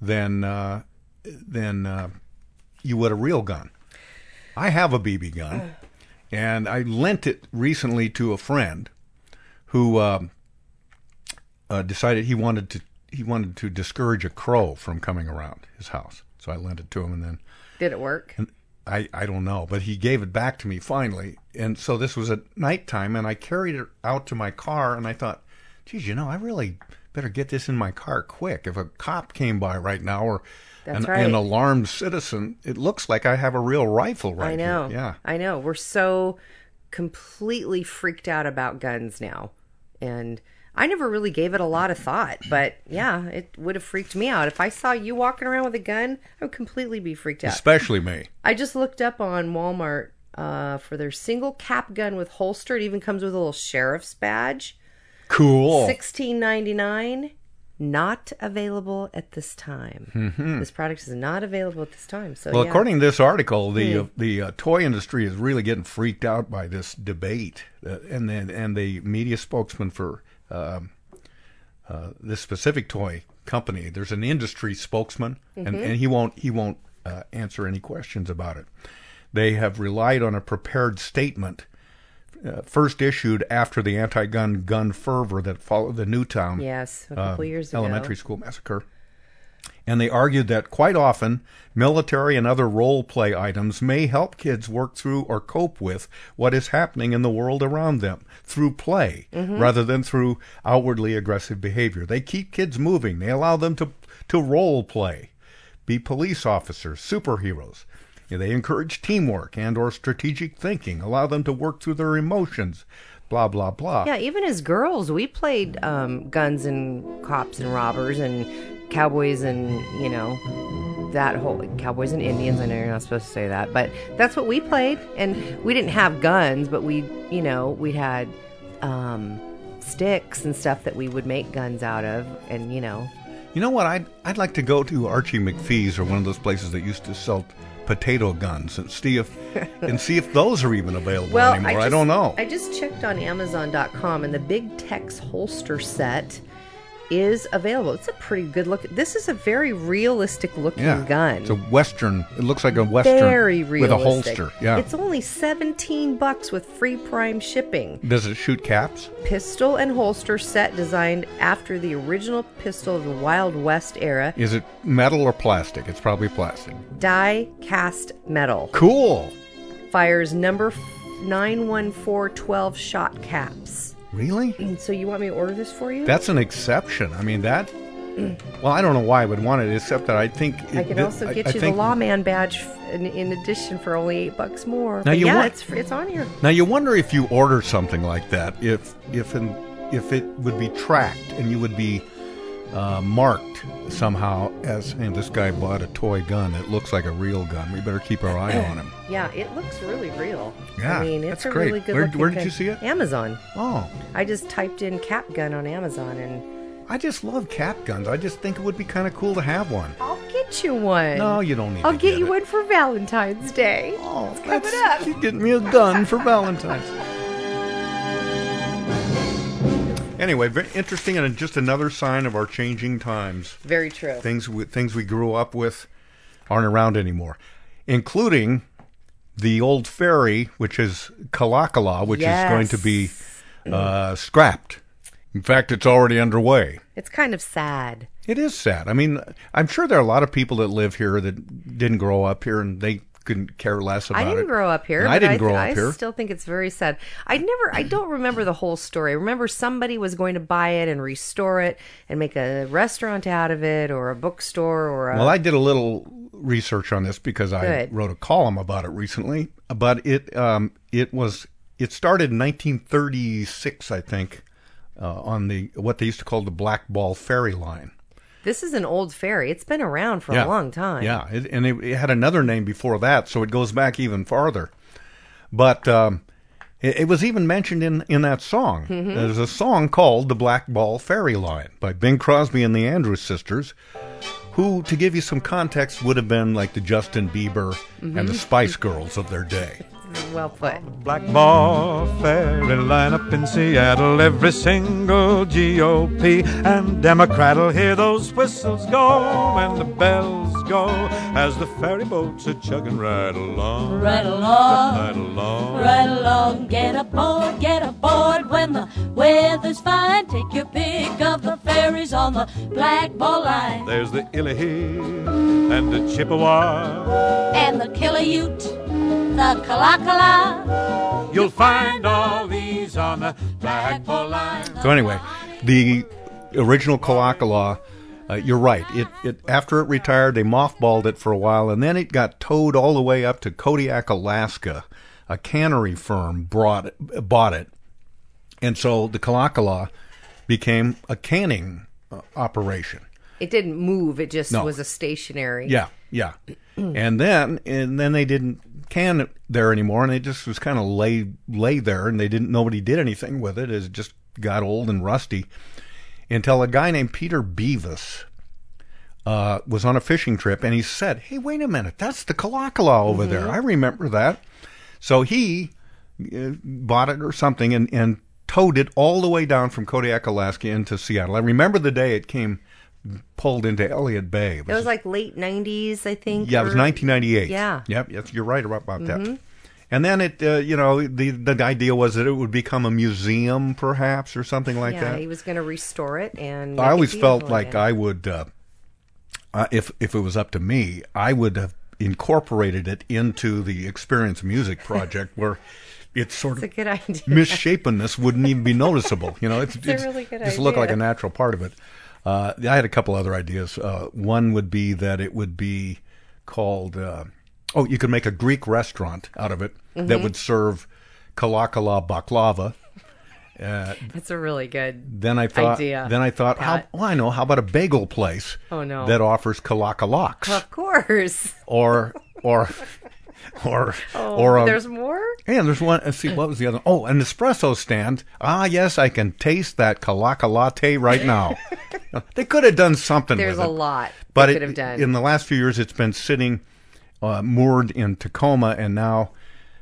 Speaker 11: than uh, than uh, you would a real gun. I have a BB gun, and I lent it recently to a friend who um, uh, decided he wanted to he wanted to discourage a crow from coming around his house. So I lent it to him, and then
Speaker 12: Did it work?
Speaker 11: and I, I don't know, but he gave it back to me finally. And so this was at nighttime, and I carried it out to my car, and I thought, geez, you know, I really better get this in my car quick. If a cop came by right now or an,
Speaker 12: That's right.
Speaker 11: an alarmed citizen, it looks like I have a real rifle right
Speaker 12: I know.
Speaker 11: here. Yeah.
Speaker 12: I know. We're so completely freaked out about guns now. And I never really gave it a lot of thought, but yeah, it would have freaked me out. If I saw you walking around with a gun, I would completely be freaked out.
Speaker 11: Especially me.
Speaker 12: I just looked up on Walmart uh, for their single cap gun with holster. It even comes with a little sheriff's badge.
Speaker 11: Cool.
Speaker 12: Sixteen ninety nine. Not available at this time.
Speaker 11: Mhm.
Speaker 12: This product is not available at this time. So
Speaker 11: well,
Speaker 12: yeah.
Speaker 11: according to this article, the
Speaker 12: Hmm.
Speaker 11: uh, the uh, toy industry is really getting freaked out by this debate, uh, and then and the media spokesman for um, uh, this specific toy company, there's an industry spokesman, and,
Speaker 12: Mm-hmm.
Speaker 4: Mhm.
Speaker 11: and he won't he won't uh, answer any questions about it. They have relied on a prepared statement. Uh, first issued after the anti-gun gun fervor that followed the Newtown
Speaker 12: Yes, a couple years ago.
Speaker 11: um, elementary school massacre, and they argued that quite often military and other role play items may help kids work through or cope with what is happening in the world around them through play
Speaker 12: Mm-hmm.
Speaker 4: Mhm.
Speaker 11: rather than through outwardly aggressive behavior. They keep kids moving, they allow them to, to role play be police officers, superheroes. Yeah, They encourage teamwork and or strategic thinking, allow them to work through their emotions, blah blah blah.
Speaker 12: Yeah, even as girls, we played um, guns and cops and robbers and cowboys and, you know, that whole cowboys and Indians. I know you're not supposed to say that, but that's what we played. And we didn't have guns, but we, you know, we had um, sticks and stuff that we would make guns out of. And, you know,
Speaker 11: You know what? I'd I'd like to go to Archie McPhee's or one of those places that used to sell potato guns and see if and see if those are even available
Speaker 12: well,
Speaker 11: anymore. I,
Speaker 12: just-
Speaker 11: don't know.
Speaker 12: I just checked on Amazon.com, and the Big Tex holster set is available. It's a pretty good look. This is a very realistic looking
Speaker 11: yeah,
Speaker 12: gun.
Speaker 11: It's a western. It looks like a western
Speaker 12: very
Speaker 11: with a
Speaker 12: realistic.
Speaker 11: holster. Yeah.
Speaker 12: It's only 17 bucks with free prime shipping.
Speaker 11: Does it shoot caps?
Speaker 12: Pistol and holster set designed after the original pistol of the Wild West era,
Speaker 11: Is it metal or plastic? It's probably plastic.
Speaker 12: die cast metal.
Speaker 11: Cool.
Speaker 12: Fires number 91412 shot caps.
Speaker 11: Really?
Speaker 12: So you want me to order this for you?
Speaker 11: That's an exception. I mean that. Well, I don't know why I would want it, except that I think it,
Speaker 12: Mm. I could
Speaker 11: thi-
Speaker 12: also get
Speaker 11: I
Speaker 12: you the
Speaker 11: think-
Speaker 12: lawman badge f- in, in addition for only eight bucks more.
Speaker 11: Now
Speaker 12: But
Speaker 11: you
Speaker 12: yeah,
Speaker 11: want-
Speaker 12: it's fr- it's on here.
Speaker 11: Now you wonder if you order something like that, if if in, if it would be tracked and you would be uh, marked somehow as hey, this guy bought a toy gun. It looks like a real gun. We better keep our eye on him.
Speaker 12: Yeah, it looks really real.
Speaker 11: Yeah,
Speaker 12: I mean, it's
Speaker 11: that's
Speaker 12: a
Speaker 11: great.
Speaker 12: really good
Speaker 11: Where-
Speaker 12: looking
Speaker 11: where did
Speaker 12: gun.
Speaker 11: you see it?
Speaker 12: Amazon.
Speaker 11: Oh.
Speaker 12: I just typed in cap gun on Amazon and
Speaker 11: I just love cap guns. I just think it would be kind of cool to have one.
Speaker 12: I'll get you one.
Speaker 11: No, you don't need
Speaker 12: I'll
Speaker 11: to
Speaker 12: get, you one for Valentine's Day. Oh, it's coming up.
Speaker 11: You get me a gun for Valentine's. Anyway, very interesting and just another sign of our changing times.
Speaker 12: Very true.
Speaker 11: Things we, things we grew up with aren't around anymore, including the old ferry, which is Kalakala, which is going to be uh, scrapped. In fact, it's already underway.
Speaker 12: It's kind of sad.
Speaker 11: It is sad. I mean, I'm sure there are a lot of people that live here that didn't grow up here and they couldn't care less about
Speaker 12: I didn't
Speaker 11: it.
Speaker 12: grow up here.
Speaker 11: And
Speaker 12: but
Speaker 11: I didn't
Speaker 12: th-
Speaker 11: grow
Speaker 12: I
Speaker 11: up here.
Speaker 12: still think it's very sad. I never, I don't remember the whole story. I remember somebody was going to buy it and restore it and make a restaurant out of it or a bookstore or a.
Speaker 11: Well, I did a little research on this because I
Speaker 12: Good.
Speaker 11: wrote a column about it recently. But it um, it was it started in 1936, I think, uh, on the what they used to call the Black Ball Ferry Line.
Speaker 12: This is an old ferry. It's been around for
Speaker 11: Yeah.
Speaker 12: a long time.
Speaker 11: Yeah, it, and it, it had another name before that, so it goes back even farther. But um, it, it was even mentioned in, in that song.
Speaker 12: Mm-hmm.
Speaker 4: Mhm.
Speaker 11: There's a song called The Black Ball Ferry Line by Bing Crosby and the Andrews Sisters, who, to give you some context, would have been like the Justin Bieber and the
Speaker 12: Mm-hmm.
Speaker 21: Mhm.
Speaker 11: Spice Girls of their day.
Speaker 21: Well put. Black ball ferry line up in Seattle. Every single GOP and Democrat will hear those whistles go and the bells go as the ferry boats are chugging right along.
Speaker 20: Right along.
Speaker 21: Right along.
Speaker 20: Right along, get aboard, get aboard when the weather's fine. Take your pick of the ferries on the Black Bull Line
Speaker 21: There's the Illahee and the Chippewa.
Speaker 20: and the Killaloot, the Kalakala.
Speaker 21: You'll find all these on the Black Bull Line.
Speaker 11: So anyway, the original Kalakala, uh, you're right. It, it after it retired, they mothballed it for a while, and then it got towed all the way up to Kodiak, Alaska. A cannery firm brought it, bought it, and so the Kalakala became a canning uh, operation.
Speaker 12: It didn't move. It just
Speaker 11: No.
Speaker 12: was a stationary.
Speaker 11: Yeah, yeah. and then and then they didn't can it there anymore, and it just was kind of lay lay there, and they didn't nobody did anything with it. It just got old and rusty until a guy named Peter Beavis uh, was on a fishing trip, and he said, "Hey, wait a minute, that's the Kalakala over there.
Speaker 21: Mhm.
Speaker 11: I remember that." So he uh, bought it or something, and and towed it all the way down from Kodiak, Alaska, into Seattle. I remember the day it came pulled into Elliott Bay. It
Speaker 12: It was like late 90s, I think.
Speaker 11: yeah, it was
Speaker 12: or-
Speaker 11: 1998.
Speaker 12: Yeah.
Speaker 11: Yep. yes, You're right about that.
Speaker 12: Mhm.
Speaker 11: And then it, uh, you know, the the idea was that it would become a museum, perhaps, or something like
Speaker 12: yeah,
Speaker 11: that.
Speaker 12: he was going to restore it. and
Speaker 11: I
Speaker 12: make it
Speaker 11: always felt
Speaker 12: beautiful
Speaker 11: like
Speaker 12: again.
Speaker 11: I would, uh, uh, if if it was up to me, I would have incorporated it into the Experience Music Project, where it's sort
Speaker 12: It's a
Speaker 11: of
Speaker 12: good idea.
Speaker 11: misshapenness wouldn't even be noticeable. You know, it's,
Speaker 12: It's a really good
Speaker 11: just look like a
Speaker 12: idea.
Speaker 11: natural part of it. Uh, I had a couple other ideas. Uh, one would be that it would be called. Uh, oh, you could make a Greek restaurant out of it that
Speaker 12: Mhm.
Speaker 11: would serve kalakala baklava. Uh,
Speaker 12: That's a really good
Speaker 11: then I thought.
Speaker 12: idea.
Speaker 11: Then I thought. How,
Speaker 12: Pat.
Speaker 11: well, I know. How about a bagel place?
Speaker 12: Oh, no.
Speaker 11: That offers kalakalaks
Speaker 12: Of course.
Speaker 11: or or or
Speaker 12: Oh,
Speaker 11: or um, a,
Speaker 12: there's more?
Speaker 11: Yeah, there's one. Let's see, what was the other? Oh, an espresso stand. Ah, yes, I can taste that calaca latte right now. Uh, they could have done something.
Speaker 12: There's
Speaker 11: with
Speaker 12: a
Speaker 11: it.
Speaker 12: lot
Speaker 11: but
Speaker 12: they
Speaker 11: it-
Speaker 12: could have done.
Speaker 11: in the last few years, it's been sitting uh, moored in Tacoma, and now.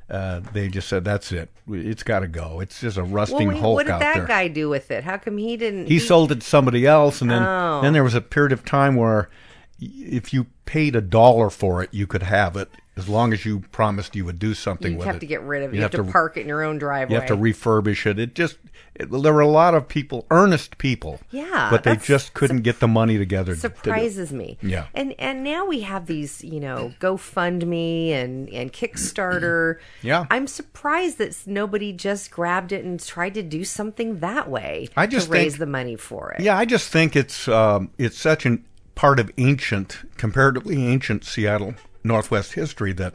Speaker 11: Uh, they just said that's it. It's got to go. It's just a rusting
Speaker 12: well, we-
Speaker 11: hulk
Speaker 12: what did
Speaker 11: out
Speaker 12: that
Speaker 11: there.
Speaker 12: guy do with it? How come he didn't?
Speaker 11: He sold it to somebody else, and then
Speaker 12: Oh.
Speaker 11: then there was a period of time where y- if you paid a dollar for it, you could have it as long as you promised you would do something
Speaker 12: You
Speaker 11: with
Speaker 12: have
Speaker 11: it.
Speaker 12: to get rid of it.
Speaker 11: You'd
Speaker 12: You have to park it in your own driveway.
Speaker 11: You have to refurbish it. It just it, there were a lot of people, earnest people,
Speaker 12: Yeah,
Speaker 11: but they
Speaker 12: that's
Speaker 11: just couldn't get the money together. to do it.
Speaker 12: surprises me.
Speaker 11: Yeah.
Speaker 12: And and now we have these, you know, GoFundMe and and Kickstarter.
Speaker 11: Yeah.
Speaker 12: I'm surprised that s- nobody just grabbed it and tried to do something that way.
Speaker 11: I just
Speaker 12: to raise
Speaker 11: think-
Speaker 12: the money for it.
Speaker 11: Yeah, I just think it's um, it's such an part of ancient, comparatively ancient Seattle Northwest history that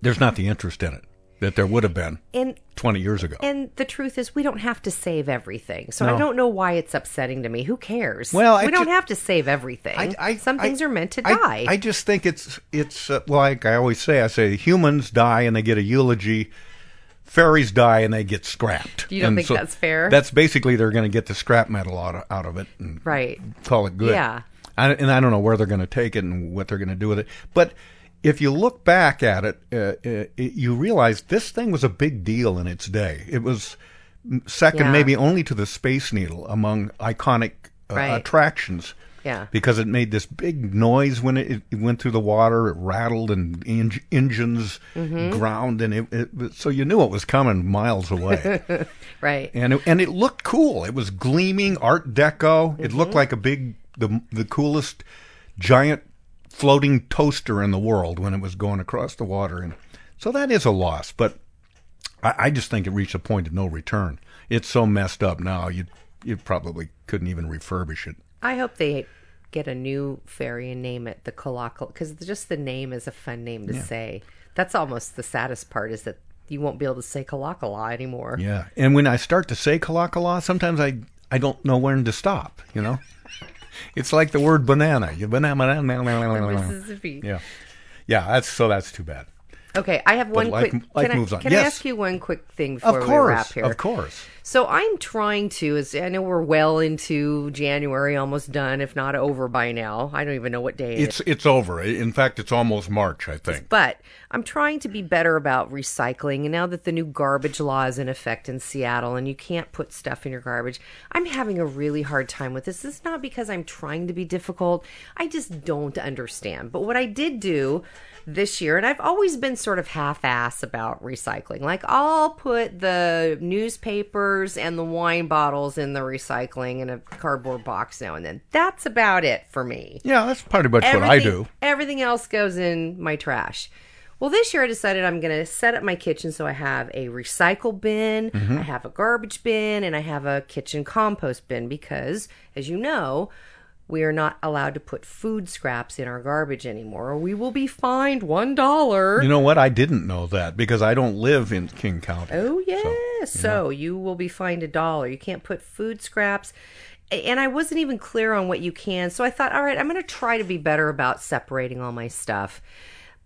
Speaker 11: there's not the interest in it that there would have been
Speaker 12: And
Speaker 11: 20 years ago.
Speaker 12: and the truth is, we don't have to save everything. So
Speaker 11: No.
Speaker 12: I don't know why it's upsetting to me. Who cares?
Speaker 11: Well, I
Speaker 12: we don't
Speaker 11: ju-
Speaker 12: have to save everything. Some things are meant to
Speaker 11: I-
Speaker 12: die.
Speaker 11: I, just think it's it's uh, like I always say. I say humans die and they get a eulogy. Fairies die and they get scrapped.
Speaker 12: You don't
Speaker 11: And
Speaker 12: think that's fair?
Speaker 11: That's basically they're going to get the scrap metal out of, out of it and
Speaker 12: right.
Speaker 11: call it good.
Speaker 12: Yeah.
Speaker 11: I, and I don't know where they're going to take it and what they're going to do with it. But if you look back at it, uh, uh, it, you realize this thing was a big deal in its day. It was m- second,
Speaker 12: Yeah.
Speaker 11: maybe only to the Space Needle among iconic uh,
Speaker 12: Right.
Speaker 11: attractions.
Speaker 12: Yeah.
Speaker 11: Because it made this big noise when it, it went through the water. It rattled and en- engines
Speaker 12: Mhm.
Speaker 11: ground, and it, it so you knew it was coming miles away.
Speaker 12: right.
Speaker 11: and it, and it looked cool. It was gleaming Art Deco. It looked like a big the the coolest giant floating toaster in the world when it was going across the water. And so that is a loss, but I, I just think it reached a point of no return. It's so messed up now. You you probably couldn't even refurbish it.
Speaker 12: I hope they get a new ferry and name it the Kalakal because just the name is a fun name to
Speaker 11: Yeah.
Speaker 12: say. That's almost the saddest part is that you won't be able to say Kalakala anymore.
Speaker 11: Yeah, and when I start to say kalakala, sometimes I I don't know when to stop. You know, it's like the word banana. You banana, banana, banana, banana.
Speaker 12: Mississippi.
Speaker 11: Yeah, yeah. That's so that's too bad.
Speaker 12: Okay, I have
Speaker 11: But
Speaker 12: one
Speaker 11: life-
Speaker 12: quick.
Speaker 11: life
Speaker 12: can I-
Speaker 11: moves on.
Speaker 12: can I
Speaker 11: Yes.
Speaker 12: ask you one quick thing before
Speaker 11: of
Speaker 12: we
Speaker 11: course,
Speaker 12: wrap here?
Speaker 11: of course.
Speaker 12: So I'm trying to. Is I know we're well into January, almost done, if not over by now. I don't even know what day it
Speaker 11: It's
Speaker 12: is.
Speaker 11: it's over. In fact, it's almost March. I think.
Speaker 12: But I'm trying to be better about recycling. And now that the new garbage law is in effect in Seattle and you can't put stuff in your garbage, I'm having a really hard time with this. It's not because I'm trying to be difficult, I just don't understand. But what I did do this year, and I've always been sort of half ass about recycling, like I'll put the newspapers and the wine bottles in the recycling in a cardboard box now and then. That's about it for me.
Speaker 11: Yeah, that's pretty much what I
Speaker 12: Everything-
Speaker 11: do.
Speaker 12: Everything else goes in my trash. Well, this year I decided I'm going to set up my kitchen so I have a recycle bin,
Speaker 11: Mm-hmm.
Speaker 22: Mhm.
Speaker 12: I have a garbage bin, and I have a kitchen compost bin because, as you know, we are not allowed to put food scraps in our garbage anymore. or We will be fined one dollar.
Speaker 11: You know what? I didn't know that because I don't live in King County.
Speaker 12: Oh yeah. So, you will be fined a dollar. You can't put food scraps. A- And I wasn't even clear on what you can. So I thought, all right, I'm going to try to be better about separating all my stuff.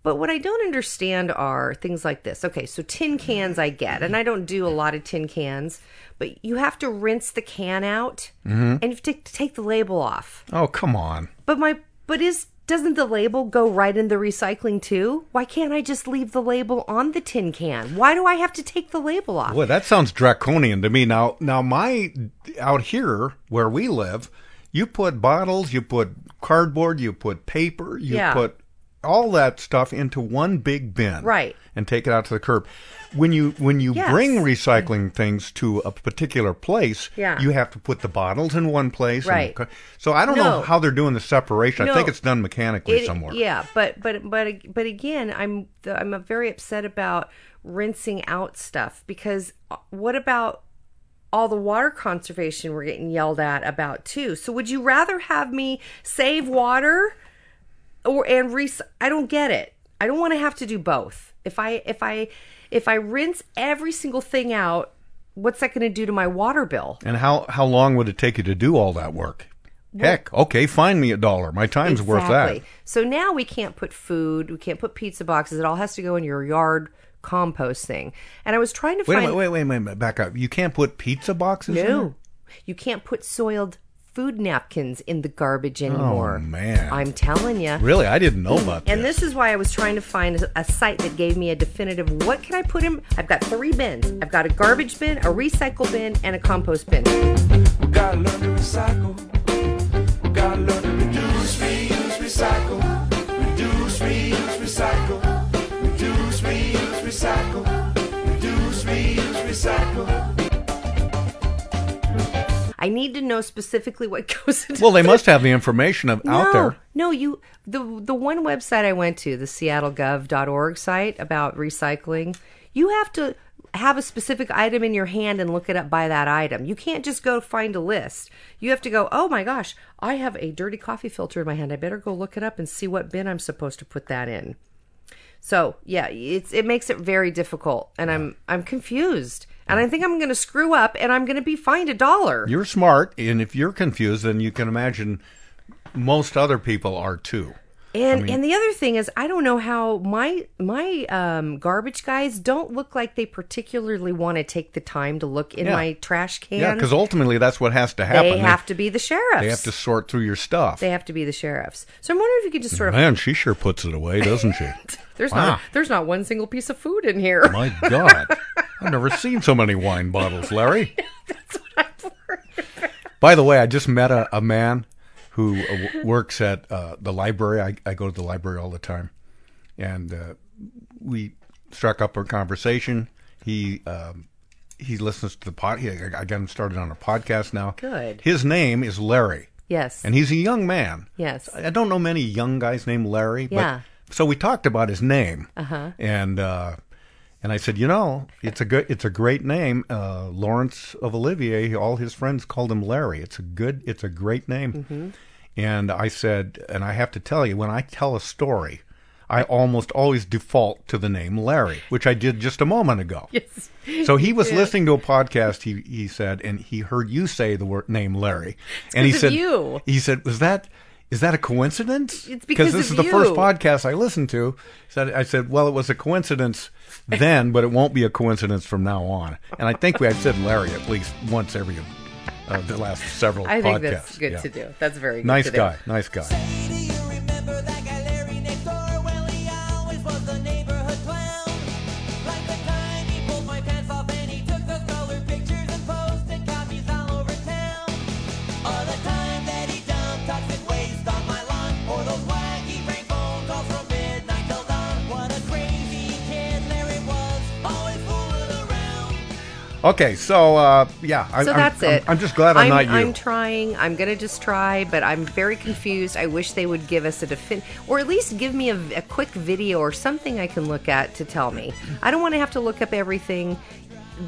Speaker 12: But what I don't understand are things like this. Okay, so tin cans I get, and I don't do a lot of tin cans, but you have to rinse the can out
Speaker 11: Mhm.
Speaker 12: and you have to t- take the label off.
Speaker 11: Oh come on.
Speaker 12: But my but is doesn't the label go right in the recycling too? Why can't I just leave the label on the tin can? Why do I have to take the label off?
Speaker 11: Boy, that sounds draconian to me. Now, now my out here where we live, you put bottles, you put cardboard, you put paper, you
Speaker 12: Yeah.
Speaker 11: put all that stuff into one big bin,
Speaker 12: Right.
Speaker 11: And take it out to the curb. When you when you
Speaker 12: Yes.
Speaker 11: bring recycling things to a particular place,
Speaker 12: Yeah.
Speaker 11: you have to put the bottles in one place, and the
Speaker 12: Right.
Speaker 11: car- so I don't know
Speaker 12: No.
Speaker 11: how they're doing the separation. I
Speaker 12: No.
Speaker 11: think it's done mechanically
Speaker 12: It-
Speaker 11: somewhere.
Speaker 12: Yeah, but but but but again, I'm I'm very upset uh, about rinsing out stuff because what about all the water conservation we're getting yelled at about too. So would you rather have me save water or and rec- I don't get it. I don't want to have to do both. If I if I if I rinse every single thing out, what's that going to do to my water bill?
Speaker 11: And how, how long would it take you to do all that work? Heck, okay, find me a dollar. My time's worth that.
Speaker 12: Exactly. So now we can't put food, we can't put pizza boxes. It all has to go in your yard compost thing. And I was trying to
Speaker 11: Wait a
Speaker 12: find
Speaker 11: minute, wait, wait a minute, back up. You can't put pizza boxes in
Speaker 12: No. You can't put soiled food napkins in the garbage anymore.
Speaker 11: Oh, man.
Speaker 12: I'm telling you.
Speaker 11: there? Really? I didn't know about that.
Speaker 12: And this is why I was trying to find a- a site that gave me a definitive what can I put in? I've got three bins. I've got a garbage bin, a recycle bin, and a compost bin.
Speaker 10: Gotta learn to recycle. Gotta learn to reduce, reuse, recycle. Reduce, reuse, recycle. Reduce, reuse, recycle. Reduce, reuse, recycle.
Speaker 12: I need to know specifically what goes into
Speaker 11: Well, they must have the information of, out there.
Speaker 12: No, you the the one website I went to, the seattlegov.org site about recycling, you have to have a specific item in your hand and look it up by that item. You can't just go find a list. You have to go, "Oh my gosh, I have a dirty coffee filter in my hand. I better go look it up and see what bin I'm supposed to put that in." So, yeah, it's it makes it very difficult and I'm I'm confused. And I think I'm going to screw up and I'm going to be fined a dollar.
Speaker 11: You're smart, and if you're confused, then you can imagine most other people are too.
Speaker 12: And
Speaker 11: I mean-
Speaker 12: and the other thing is, I don't know how my my um, garbage guys don't look like they particularly want to take the time to look in
Speaker 11: Yeah.
Speaker 12: my trash can.
Speaker 11: Yeah, because ultimately that's what has to happen.
Speaker 12: they have to be the sheriffs.
Speaker 11: they have to sort through your stuff.
Speaker 12: They have to be the sheriffs. So I'm wondering if you could just sort of
Speaker 11: Man, she sure puts it away, doesn't she?
Speaker 12: there's
Speaker 11: wow.
Speaker 12: not there's not one single piece of food in here.
Speaker 11: My God. I've never seen so many wine bottles, Larry. By the way, I just met a, a man who uh, w- works at uh, the library. I, I go to the library all the time. And uh, we struck up a conversation. He um, he listens to the pod. He, I I got him started on a podcast now.
Speaker 12: Good.
Speaker 11: His name is Larry.
Speaker 12: Yes.
Speaker 11: And he's a young man.
Speaker 12: Yes.
Speaker 11: I don't know many young guys named Larry. But,
Speaker 12: Yeah.
Speaker 11: So we talked about his name
Speaker 12: Uh huh.
Speaker 11: and uh, and I said, you know, it's a good, it's a great name, uh, Lawrence of Olivier. All his friends called him Larry. It's a good, it's a great name.
Speaker 12: Mm-hmm.
Speaker 22: Mhm.
Speaker 11: And I said, and I have to tell you, when I tell a story, I almost always default to the name Larry, which I did just a moment ago.
Speaker 12: Yes.
Speaker 11: So he was
Speaker 12: Yeah.
Speaker 11: listening to a podcast. He he said, and he heard you say the word name Larry, and he
Speaker 12: 'cause of
Speaker 11: said,
Speaker 12: you.
Speaker 11: he said, was that is that a coincidence?
Speaker 12: It's because
Speaker 11: this
Speaker 12: of
Speaker 11: is the first
Speaker 12: you.
Speaker 11: podcast I listened to. So I said, well, it was a coincidence then, but it won't be a coincidence from now on. And I think we had said Larry at least once every uh, the last several.
Speaker 12: I think
Speaker 11: podcasts.
Speaker 12: that's good
Speaker 11: Yeah.
Speaker 12: to do. That's very good
Speaker 11: nice
Speaker 12: to do.
Speaker 11: guy. Nice guy. Okay, so uh, yeah. I,
Speaker 12: so
Speaker 11: I'm-
Speaker 12: that's
Speaker 11: I'm-
Speaker 12: it.
Speaker 11: I'm, just glad I'm, not you.
Speaker 12: I'm trying. I'm gonna just try, but I'm very confused. I wish they would give us a defin, or at least give me a, a quick video or something I can look at to tell me. I don't want to have to look up everything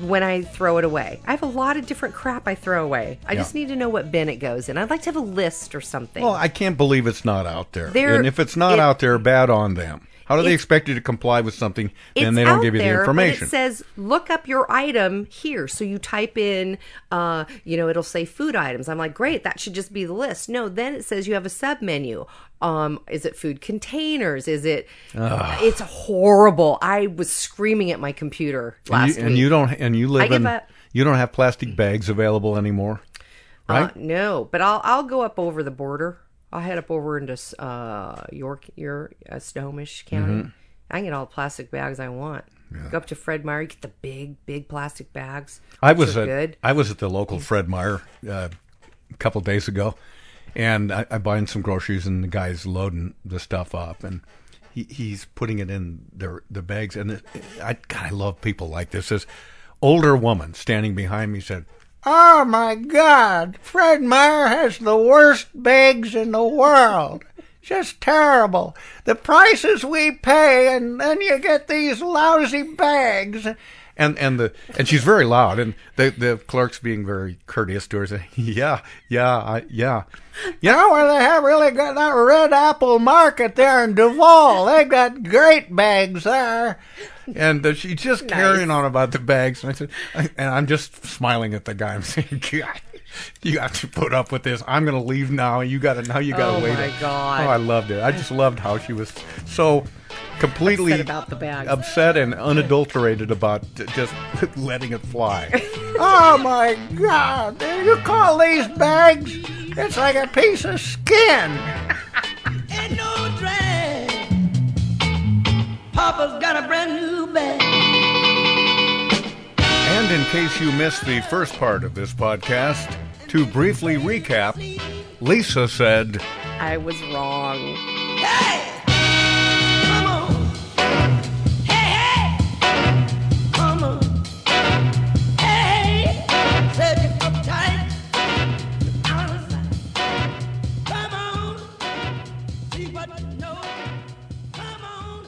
Speaker 12: when I throw it away. I have a lot of different crap I throw away. I
Speaker 11: Yeah.
Speaker 12: just need to know what bin it goes in. I'd like to have a list or something.
Speaker 11: Well, I can't believe it's not out there.
Speaker 12: There-
Speaker 11: and if it's not
Speaker 12: it-
Speaker 11: out there, bad on them. How do they
Speaker 12: It's-
Speaker 11: expect you to comply with something
Speaker 12: it's
Speaker 11: and they don't
Speaker 12: out
Speaker 11: give you the
Speaker 12: there, but
Speaker 11: information?
Speaker 12: it says look up your item here. So you type in, uh, you know, it'll say food items. I'm like, great, that should just be the list. No, then it says you have a sub menu. Um, is it food containers? Is it?
Speaker 11: Ugh.
Speaker 12: It's horrible. I was screaming at my computer
Speaker 11: and,
Speaker 12: last
Speaker 11: you, and
Speaker 12: week.
Speaker 11: you don't and you live
Speaker 12: give
Speaker 11: in
Speaker 12: up.
Speaker 11: you don't have plastic bags available anymore. Right?
Speaker 12: Uh, no, but I'll I'll go up over the border. I'll head up over into uh, York, your uh, Snohomish County.
Speaker 11: Mhm.
Speaker 12: I can get all the plastic bags I want. Go up to Fred Meyer, get the big, big plastic bags.
Speaker 11: I
Speaker 12: which
Speaker 11: was
Speaker 12: are
Speaker 11: at
Speaker 12: good.
Speaker 11: I was at the local Fred Meyer uh, a couple days ago, and I, I buying some groceries, and the guy's loading the stuff up, and he, he's putting it in their the bags, and it, I God, I love people like this. This older woman standing behind me said,
Speaker 22: Oh my God, Fred Meyer has the worst bags in the world. Just terrible. The prices we pay, and then you get these lousy bags.
Speaker 11: and and the and she's very loud, and the the clerk's being very courteous to her, saying, "Yeah, yeah, I, yeah."
Speaker 23: You know where they have really got that red apple market there in Duval. They got great bags there.
Speaker 11: And uh, she's just carrying on about the bags, and I said, I, and I'm just smiling at the guy. I'm saying, "God, you got to put up with this. I'm going to leave now. You got to now. You got to
Speaker 24: Oh,
Speaker 11: wait."
Speaker 24: my God.
Speaker 11: Oh, I loved it. I just loved how she was so completely
Speaker 24: Upset about the bags.
Speaker 11: upset and unadulterated about j- just letting it fly.
Speaker 23: Oh my God! Do you call these bags? It's like a piece of skin.
Speaker 25: and no drag. Papa's got a brand new bag.
Speaker 11: And in case you missed the first part of this podcast, to briefly recap, Lisa said,
Speaker 12: I was wrong.
Speaker 25: Come on. Hey, said you're uptight. Out of sight. Come on. See what you know. Come on.